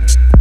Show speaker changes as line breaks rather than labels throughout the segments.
Thank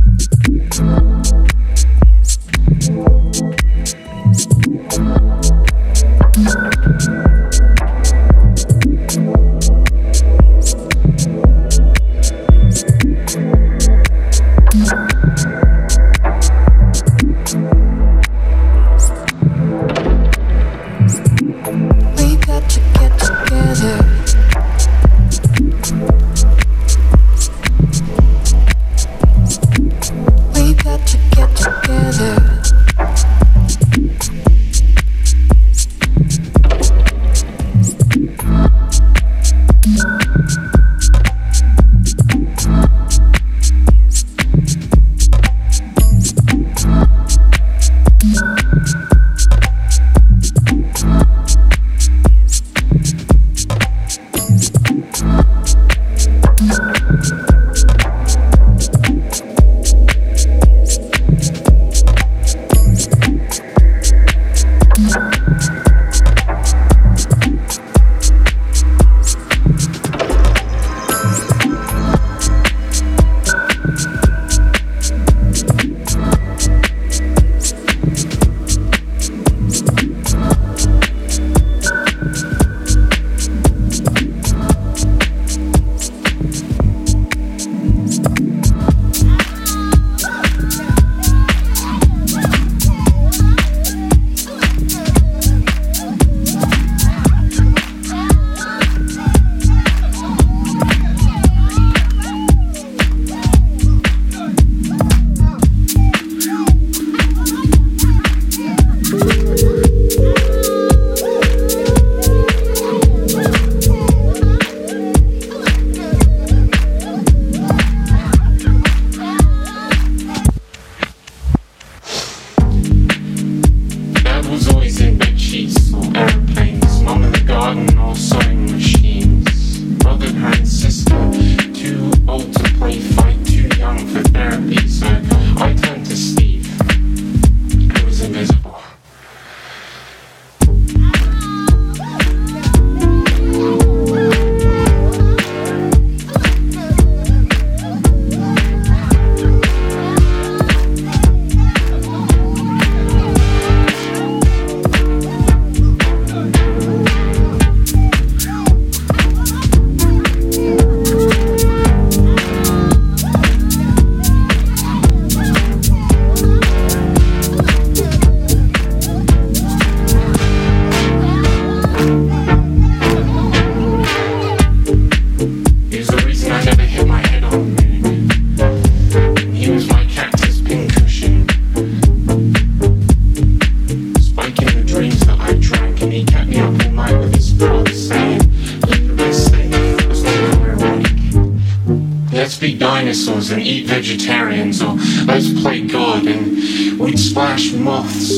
dinosaurs and eat vegetarians, or let's play God and we'd splash moths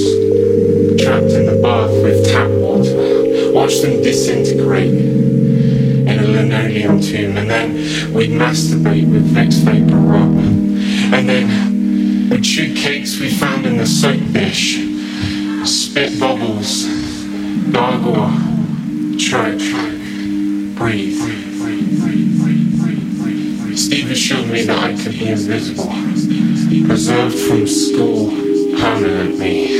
trapped in the bath with tap water, watch them disintegrate in a linoleum tomb, and then we'd masturbate with Vicks Vapor Rub, and then we'd chew cakes we found in the soap dish, spit bubbles, gargle, choke breathe. Steve assured me that I could be invisible, preserved from school permanently.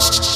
Thank you.